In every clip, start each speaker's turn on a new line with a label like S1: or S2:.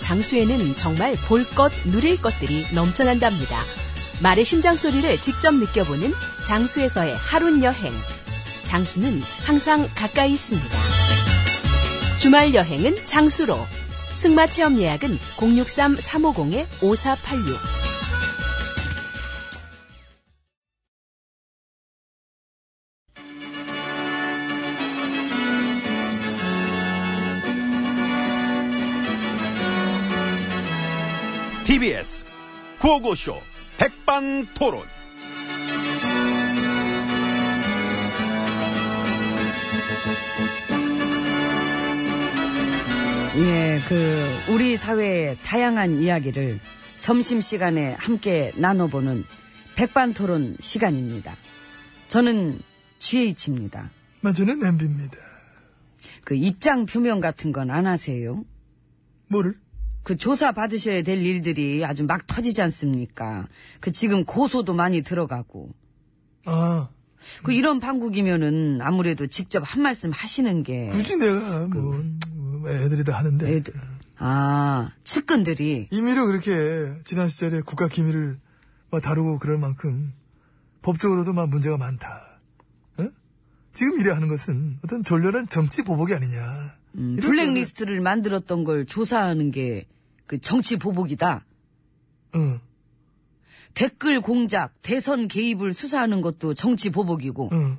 S1: 장수에는 정말 볼 것, 누릴 것들이 넘쳐난답니다. 말의 심장 소리를 직접 느껴보는 장수에서의 하룬 여행. 장수는 항상 가까이 있습니다. 주말 여행은 장수로. 승마 체험 예약은 063-350-5486.
S2: TBS 구호고쇼 백반토론.
S3: 예, 그 우리 사회의 다양한 이야기를 점심 시간에 함께 나눠보는 백반토론 시간입니다. 저는 GH입니다.
S4: 만저는 엠비입니다.
S3: 그 입장 표명 같은 건 안 하세요?
S4: 뭐를?
S3: 그 조사 받으셔야 될 일들이 아주 막 터지지 않습니까? 그 지금 고소도 많이 들어가고.
S4: 아,
S3: 그 이런 판국이면은 아무래도 직접 한 말씀 하시는 게.
S4: 굳이 내가 뭐, 뭐 애들이 다 하는데
S3: 그 애들- 아, 측근들이.
S4: 임의로 그렇게 지난 시절에 국가 기밀을 막 다루고 그럴 만큼 법적으로도 막 문제가 많다. 어? 지금 이래 하는 것은 어떤 졸렬한 정치 보복이 아니냐.
S3: 음,
S4: 이런
S3: 블랙리스트를 만들었던 걸 조사하는 게 그 정치 보복이다.
S4: 거는,
S3: 댓글 공작, 대선 개입을 수사하는 것도 정치 보복이고.
S4: 어, 어.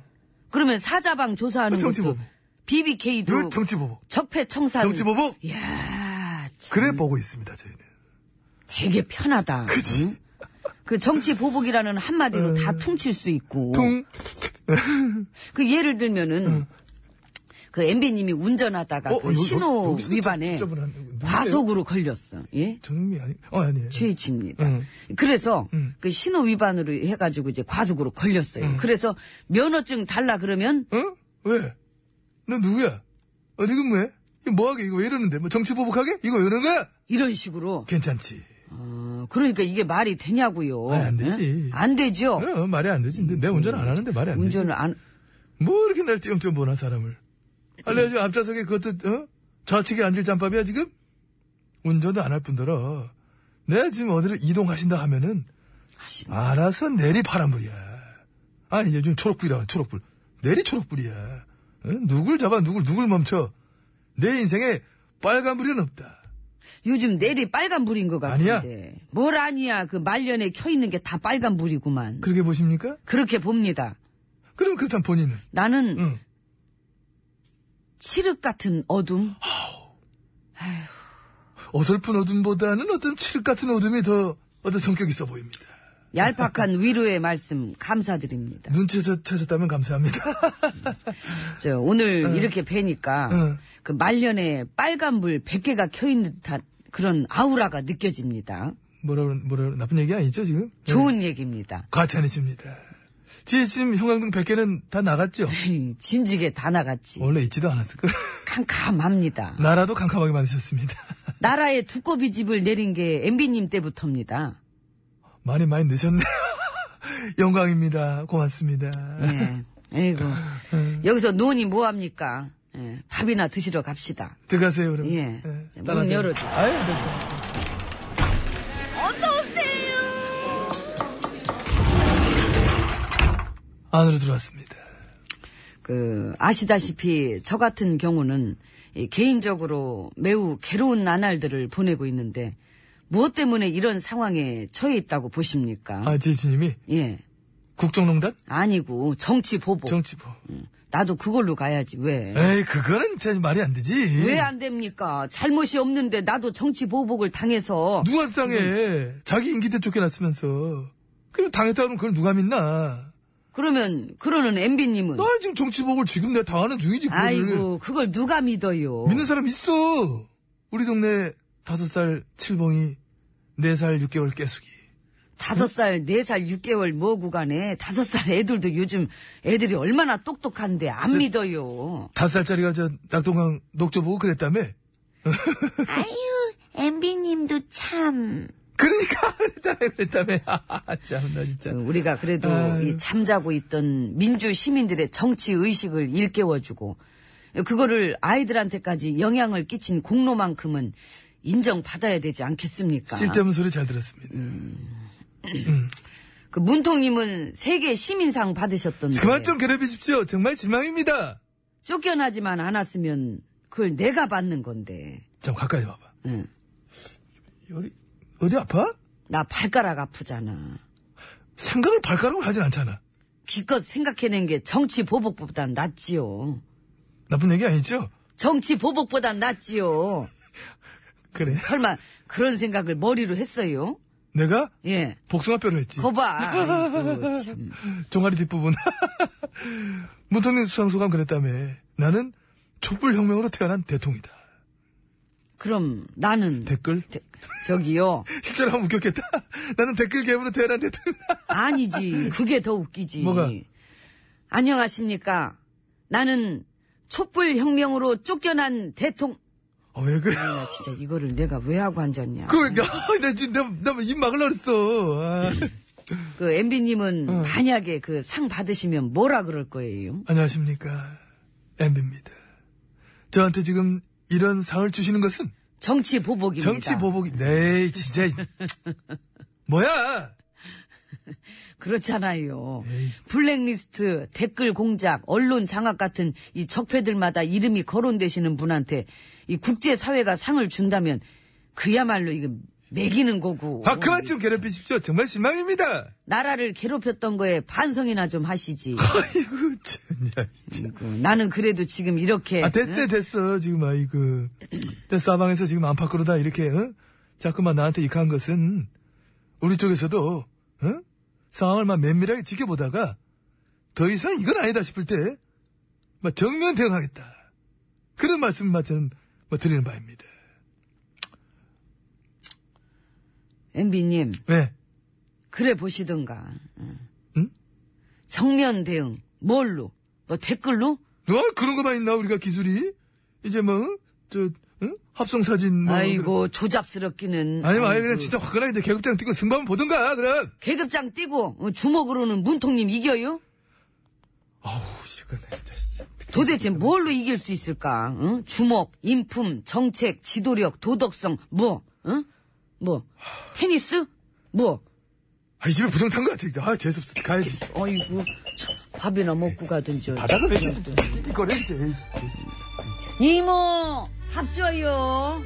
S3: 그러면 사자방 조사하는
S4: 정치
S3: 것도
S4: 보복.
S3: BBK도
S4: 요 정치 보복.
S3: 적폐 청산.
S4: 정치 보복.
S3: 야, 참
S4: 그래 보고 있습니다 저희는.
S3: 되게 편하다.
S4: 그지?
S3: 그 정치 보복이라는 한마디로 다 퉁칠 수 있고.
S4: 음. 퉁. 음.
S3: 그 예를 들면은 그 엠비님이 운전하다가
S4: 어,
S3: 그
S4: 여- 여-
S3: 신호
S4: 여기서 또
S3: 위반에
S4: 복잡을 하네.
S3: 과속으로 걸렸어. 예?
S4: 정미 아니? 어 아니에요.
S3: 죄지입니다.
S4: 음.
S3: 그래서
S4: 음.
S3: 그 신호 위반으로 해가지고 이제 과속으로 걸렸어요. 그래서 면허증 달라 그러면
S4: 응? 왜? 너 누구야? 어디 근무해? 이거 뭐하게 이거 왜 이러는데? 뭐 정치 보복하게? 이거 왜 이러는 거야?
S3: 이런 식으로
S4: 괜찮지.
S3: 어, 그러니까 이게 말이 되냐고요.
S4: 아, 안 되지.
S3: 예? 안 되죠.
S4: 어, 말이 안 되지. 근데 내 운전 안 하는데 말이 안 되지.
S3: 운전을 안
S4: 뭐 이렇게 날 띄엄띄엄 보나 사람을. 알레 지금 앞좌석에 그것도 어? 좌측에 앉을 짬밥이야 지금? 운전도 안 할 뿐더러 내가 지금 어디를 이동하신다 하면은
S3: 하신다.
S4: 알아서 내리 파란불이야. 아니 이제 요즘 초록불이라 그래, 초록불. 내리 초록불이야. 어? 누굴 잡아 누굴 누굴 멈춰. 내 인생에 빨간불은 없다.
S3: 요즘 내리 빨간 불인 것 같은데.
S4: 아니야.
S3: 뭘 아니야. 그 말년에 켜 있는 게 다 빨간 불이구만. 그...
S4: 그렇게 보십니까?
S3: 렇게 봅니다.
S4: 그럼 그렇다면 본인은
S3: 나는
S4: 응.
S3: 칠흑 같은 어둠.
S4: 아. 어설픈 어둠보다는 어떤 칠흑 같은 어둠이 더 어떤 성격 있어 보입니다.
S3: 얄팍한 위로의 말씀 감사드립니다.
S4: 눈치에서 찾았다면 감사합니다.
S3: 저 오늘 이렇게 뵈니까
S4: 응.
S3: 그 말년에 빨간 불 100개가 켜 있는 듯한 그런 아우라가 느껴집니다.
S4: 뭐라 그러- 뭐라 그러- 나쁜 얘기 아니죠 지금? 네.
S3: 좋은 얘기입니다.
S4: 과찬이십니다. 지혜 지금 형광등 100개는 다 나갔죠?
S3: 진지게 다 나갔지.
S4: 원래 있지도 않았을 걸.
S3: 캄캄합니다.
S4: 나라도 캄캄하게 만드셨습니다.
S3: 나라에 두꺼비 집을 내린 게 MB님 때부터입니다.
S4: 많이 많이 늦었네요. 영광입니다. 고맙습니다.
S3: 예. 아이고. 여기서 논이 뭐합니까? 예. 밥이나 드시러 갑시다.
S4: 들어가세요 그럼.
S3: 예.
S4: 네.
S3: 자, 문
S4: 따라가세요.
S3: 열어줘.
S4: 아유, 네, 됐다. 안으로 들어왔습니다.
S3: 그, 아시다시피 저 같은 경우는 이 개인적으로 매우 괴로운 나날들을 보내고 있는데, 무엇 때문에 이런 상황에 처해 있다고 보십니까?
S4: 아, 지혜진님이
S3: 예.
S4: 국정농단?
S3: 아니고 정치 보복.
S4: 정치보.
S3: 나도 그걸로 가야지. 왜?
S4: 에이, 그거는 진짜 말이 안 되지.
S3: 네. 왜 안 됩니까? 잘못이 없는데 나도 정치 보복을 당해서
S4: 누가 당해? 자기 임기 때 쫓겨났으면서. 그럼 당했다 그러면 그걸 누가 믿나?
S3: 그러면 그러는 엠비 님은
S4: 나 지금 정치복을 지금 내가 당하는 중이지. 그거를.
S3: 아이고 그걸 누가 믿어요?
S4: 믿는 사람 있어. 우리 동네 다섯 살 칠봉이 네 살 육개월 깨숙이.
S3: 다섯 살, 네 살, 육 개월 뭐고 간에 다섯 살 애들도 요즘 애들이 얼마나 똑똑한데
S4: 네.
S3: 안 믿어요.
S4: 다섯 살짜리가 저 낙동강 녹조 보고 그랬다며?
S5: 엠비님도 참.
S4: 그러니까 그랬다며 그랬다며. 아, 참나 진짜.
S3: 어, 우리가 그래도
S4: 아유.
S3: 이 잠자고 있던 민주 시민들의 정치 의식을 일깨워주고 그거를 아이들한테까지 영향을 끼친 공로만큼은 인정받아야 되지 않겠습니까?
S4: 쓸데없는 소리 잘 들었습니다.
S3: 음, 그 문통님은 세계 시민상 받으셨던데
S4: 그만 좀 괴롭히십시오. 정말 실망입니다.
S3: 쫓겨나지만 않았으면 그걸 내가 받는 건데
S4: 좀 가까이 와봐.
S3: 응.
S4: 열이 어디 아파?
S3: 나 발가락 아프잖아.
S4: 생각을 발가락으로 하진 않잖아.
S3: 기껏 생각해낸 게 정치 보복보단 낫지요.
S4: 나쁜 얘기 아니죠?
S3: 정치 보복보단 낫지요.
S4: 그래.
S3: 설마 그런 생각을 머리로 했어요?
S4: 내가
S3: 예.
S4: 복숭아뼈를 했지.
S3: 거봐. 아이고, 참.
S4: 종아리 뒷부분. 문통님 수상소감 그랬다며. 나는 촛불혁명으로 태어난 대통이다.
S3: 그럼 나는
S4: 댓글?
S3: 대- 저기요.
S4: 실제로 하면 웃겼겠다. 나는 댓글 개으로 태어난 대통이다.
S3: 아니지. 그게 더 웃기지.
S4: 뭐가?
S3: 안녕하십니까. 나는 촛불 혁명으로 쫓겨난 대통.
S4: 어, 왜 그래?
S3: 나 진짜 이거를 내가 왜 하고 앉았냐.
S4: 그거, 왜- 아, 나 지금, 나, 나입 막으려고 그랬어. 아.
S3: 그 MB님은 만약에 그 상 받으시면 뭐라 그럴 거예요?
S4: 안녕하십니까. 엠비입니다. 저한테 지금 이런 상을 주시는 것은
S3: 정치 보복입니다.
S4: 정치 보복이, 네, 진짜. 뭐야!
S3: 그렇잖아요. 블랙리스트, 댓글 공작, 언론 장악 같은 이 적폐들마다 이름이 거론되시는 분한테 이 국제사회가 상을 준다면 그야말로 이거 매기는 거고.
S4: 아, 그만 좀 괴롭히십시오. 정말 실망입니다.
S3: 나라를 괴롭혔던 거에 반성이나 좀 하시지.
S4: 아이고, 진짜.
S3: 그, 나는 그래도 지금 이렇게.
S4: 아, 됐어, 됐어. 지금, 아이고. 내 사방에서 지금 안팎으로다, 이렇게, 어? 자꾸만 나한테 익한 것은, 우리 쪽에서도, 어? 상황을 막 면밀하게 지켜보다가, 더 이상 이건 아니다 싶을 때, 막 정면 대응하겠다. 그런 말씀을 막 저는 뭐 드리는 바입니다.
S3: MB님,
S4: 왜?
S3: 그래 보시던가.
S4: 응?
S3: 정면 대응. 뭘로? 뭐 댓글로?
S4: 너 그런 거만 있나, 우리가 기술이? 이제 뭐, 어? 저, 어? 합성사진, 뭐.
S3: 아이고, 조잡스럽기는.
S4: 아니면 아예
S3: 아이고.
S4: 그냥 진짜 화끈하게 계급장 뛰고 승부하면 보던가, 그럼!
S3: 계급장 뛰고 어, 주먹으로는 문통님 이겨요?
S4: 아우, 씨, 그나 진짜, 진짜.
S3: 도대체 뭘로 이길 수 있을까? 응? 주먹, 인품, 정책, 지도력, 도덕성 뭐? 응? 뭐? 테니스? 뭐?
S4: 아, 이 집에 부정 탄거 같아. 아, 재수없어. 가야지.
S3: 어이구 참, 밥이나 먹고 가든지
S4: 바닥을 왜 이렇게 거래 이제.
S3: 이모 밥 줘요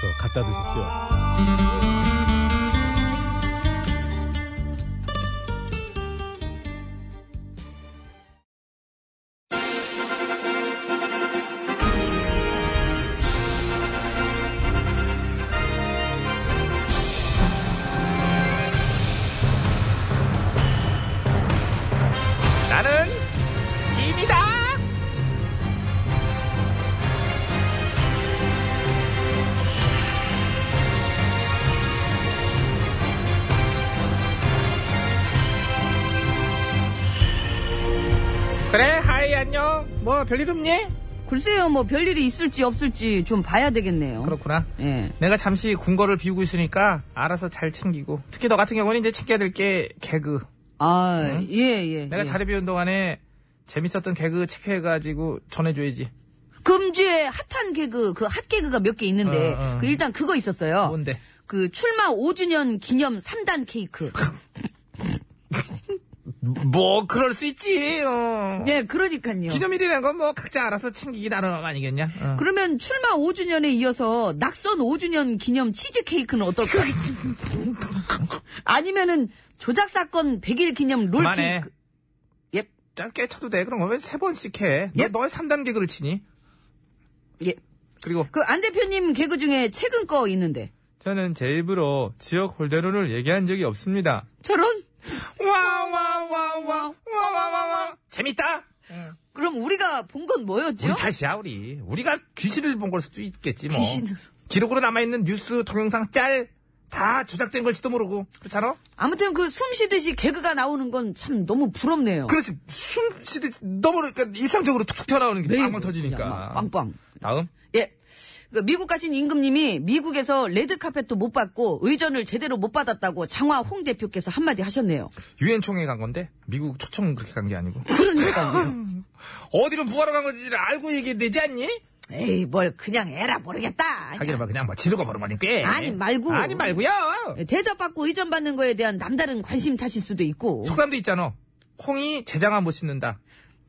S6: 저 갖다 드십시오.
S2: 나는 짐이다. 그래 하이 안녕. 뭐 별일 없니?
S3: 글쎄요 뭐 별일이 있을지 없을지 좀 봐야 되겠네요
S2: 그렇구나.
S3: 예.
S2: 내가 잠시 군거를 비우고 있으니까 알아서 잘 챙기고 특히 너 같은 경우는 이제 챙겨야 될 게 개그.
S3: 아, 예, 예.
S2: 내가
S3: 예.
S2: 자리 비운 동안에 재밌었던 개그 체크해가지고 전해줘야지.
S3: 금주에 핫한 개그, 그 핫 개그가 몇 개 있는데,
S2: 어, 어.
S3: 그 일단 그거 있었어요.
S2: 뭔데? 어.
S3: 그 출마 5주년 기념 3단 케이크.
S4: 뭐 그럴 수 있지. 어.
S3: 예, 그러니까요.
S4: 기념일이란 건 뭐 각자 알아서 챙기기 나름 아니겠냐? 어.
S3: 그러면 출마 5주년에 이어서 낙선 5주년 기념 치즈케이크는 어떨까? 아니면은 조작 사건 100일 기념
S4: 그만해.
S3: 롤케이크. 예,
S4: 짧게 쳐도 돼. 그런 거왜 세 번씩 해? 너
S3: 예.
S4: 너의 3단 계그를 치니?
S3: 예.
S4: 그리고
S3: 그 안 대표님 개그 중에 최근 거 있는데.
S7: 저는 제 입으로 지역 홀대론을 얘기한 적이 없습니다.
S3: 저런?
S4: 와와와와와와와와 재밌다.
S3: 그럼 우리가 본 건
S4: 우리
S3: 뭐였죠?
S4: 탓이야 우리. 우리가 귀신을 본 걸 수도 있겠지 뭐.
S3: 귀신을.
S4: 기록으로 남아 있는 뉴스 동영상 짤 다 조작된 걸지도 모르고 그렇잖아?
S3: 아무튼 그 숨 쉬듯이 개그가 나오는 건 참 너무 부럽네요.
S4: 그렇지 숨 쉬듯 너무 그러니까 일상적으로 툭툭 튀어나오는 게
S3: 매일
S4: 빵빵
S3: 그냥
S4: 터지니까.
S3: 막 빵빵.
S4: 다음
S3: 예. 그 미국 가신 임금님이 미국에서 레드 카펫도 못 받고 의전을 제대로 못 받았다고 장화 홍 대표께서 한마디 하셨네요.
S4: 유엔 총회 간 건데 미국 초청 그렇게 간 게 아니고
S3: 그러니까요.
S4: 어디로 부하러 간 건지 알고 얘기해도 되지 않니?
S3: 에이 뭘 그냥 해라 모르겠다.
S4: 하기는 막 그냥 뭐 지르고 버려버리니까
S3: 아니, 말고.
S4: 아니 말고요
S3: 예, 대접받고 의전 받는 거에 대한 남다른 관심 탓일 수도 있고
S4: 속담도 있잖아 콩이 재장아 못 씻는다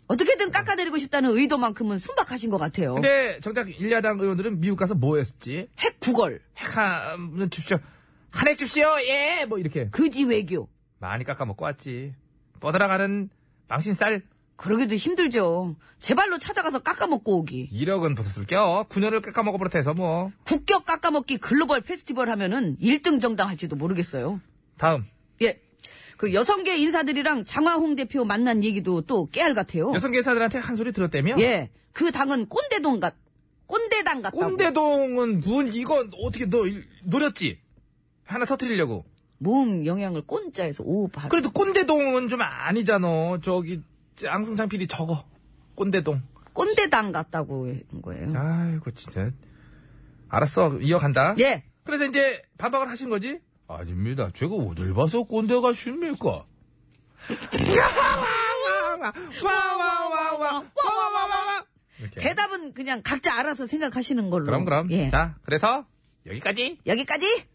S3: 어떻게든 깎아내리고 싶다는 의도만큼은 순박하신 것 같아요.
S4: 근데 정작 일야당 의원들은 미국 가서 뭐 했을지
S3: 핵 구걸,
S4: 핵한 줍쇼 음, 한핵 줍시오 예 뭐 이렇게
S3: 그지 외교
S4: 많이 깎아먹고 왔지 뻗어나가는 망신쌀
S3: 그러기도 힘들죠. 제발로 찾아가서 깎아먹고 오기.
S4: 1억은 벗었을 겨 9년을 깎아먹어버렸다 해서 뭐
S3: 국격 깎아먹기 글로벌 페스티벌 하면은 1등 정당 할지도 모르겠어요.
S4: 다음
S3: 예. 그 여성계 인사들이랑 장화홍 대표 만난 얘기도 또 깨알 같아요.
S4: 여성 계사들한테 한 소리 들었다며
S3: 어. 예. 그 당은 꼰대동 같, 꼰대당 같다고.
S4: 꼰대동은 뭔 이건 어떻게 너 일- 노렸지 하나 터트리려고
S3: 모음 영향을 꼰자에서 오바.
S4: 그래도 꼰대동은 좀 아니잖아. 저기 앙승창 PD 저거 꼰대동.
S3: 꼰대당 같다고 한 거예요.
S4: 아이고 진짜. 알았어 이어간다.
S3: 예.
S4: 그래서 이제 반박을 하신 거지?
S7: 아닙니다. 제가 어딜 봐서 꼰대가 쉽니까?
S4: 와와와와와와와와.
S3: 대답은 그냥 각자 알아서 생각하시는 걸로.
S4: 그럼 그럼.
S3: 예.
S4: 자 그래서 여기까지.
S3: 여기까지?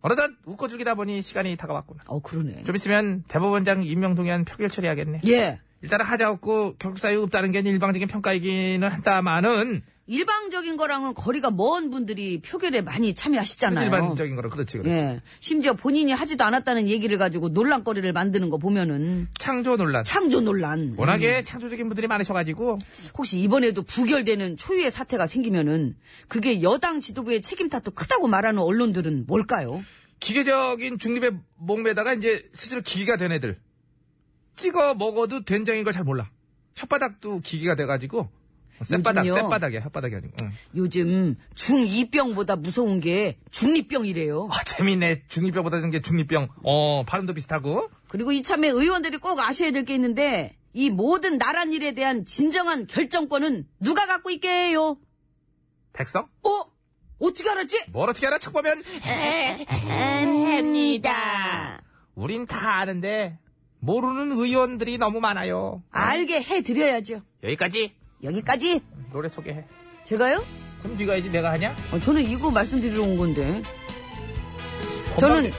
S4: 어느덧 웃고 즐기다 보니 시간이 다가왔구나.
S3: 어, 그러네.
S4: 좀 있으면 대법원장 임명 동의안 표결 처리하겠네.
S3: 예.
S4: 일단은 하자 없고 결격사유 없다는 게 일방적인 평가이기는 한다마는
S3: 일방적인 거랑은 거리가 먼 분들이 표결에 많이 참여하시잖아요.
S4: 일반적인 거로 그렇지 그렇지.
S3: 예. 심지어 본인이 하지도 않았다는 얘기를 가지고 논란거리를 만드는 거 보면은
S4: 창조 논란.
S3: 창조 논란. 음.
S4: 워낙에 창조적인 분들이 많으셔가지고
S3: 혹시 이번에도 부결되는 초유의 사태가 생기면은 그게 여당 지도부의 책임 탓도 크다고 말하는 언론들은 뭘까요?
S4: 기계적인 중립의 목매다가 이제 실제로 기계가 된 애들 찍어 먹어도 된장인 걸 잘 몰라 혓바닥도 기계가 돼가지고 쌔바닥
S3: 요즘요.
S4: 쌔바닥이야 혓바닥이 아니고 응.
S3: 요즘 중2병보다 무서운 게 중2병이래요.
S4: 아 재밌네 중이병보다 는게 중이병 어 발음도 비슷하고
S3: 그리고 이참에 의원들이 꼭 아셔야 될 게 있는데 이 모든 나란 일에 대한 진정한 결정권은 누가 갖고 있게요?
S4: 백성
S3: 어? 어떻게 알았지?
S4: 뭘 어떻게 알아 척 보면
S8: 합니다.
S4: 우린 다 아는데 모르는 의원들이 너무 많아요
S3: 알게 해드려야죠.
S4: 여기까지
S3: 여기까지
S4: 노래 소개해
S3: 제가요?
S4: 그럼 네가 이제 내가 하냐
S3: 어, 저는 이거 말씀드리러 온 건데 저는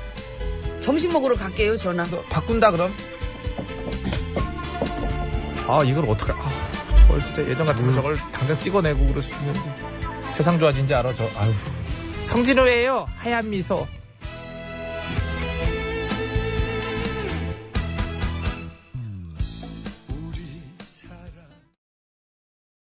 S3: 점심 먹으러 갈게요 전화.
S4: 너 바꾼다 그럼. 아 이걸 어떻게? 아, 저걸 진짜 예전 같으면 저걸 당장 찍어내고 그랬으면 세상 좋아진지 알아 저. 아유. 성진호예요 하얀 미소.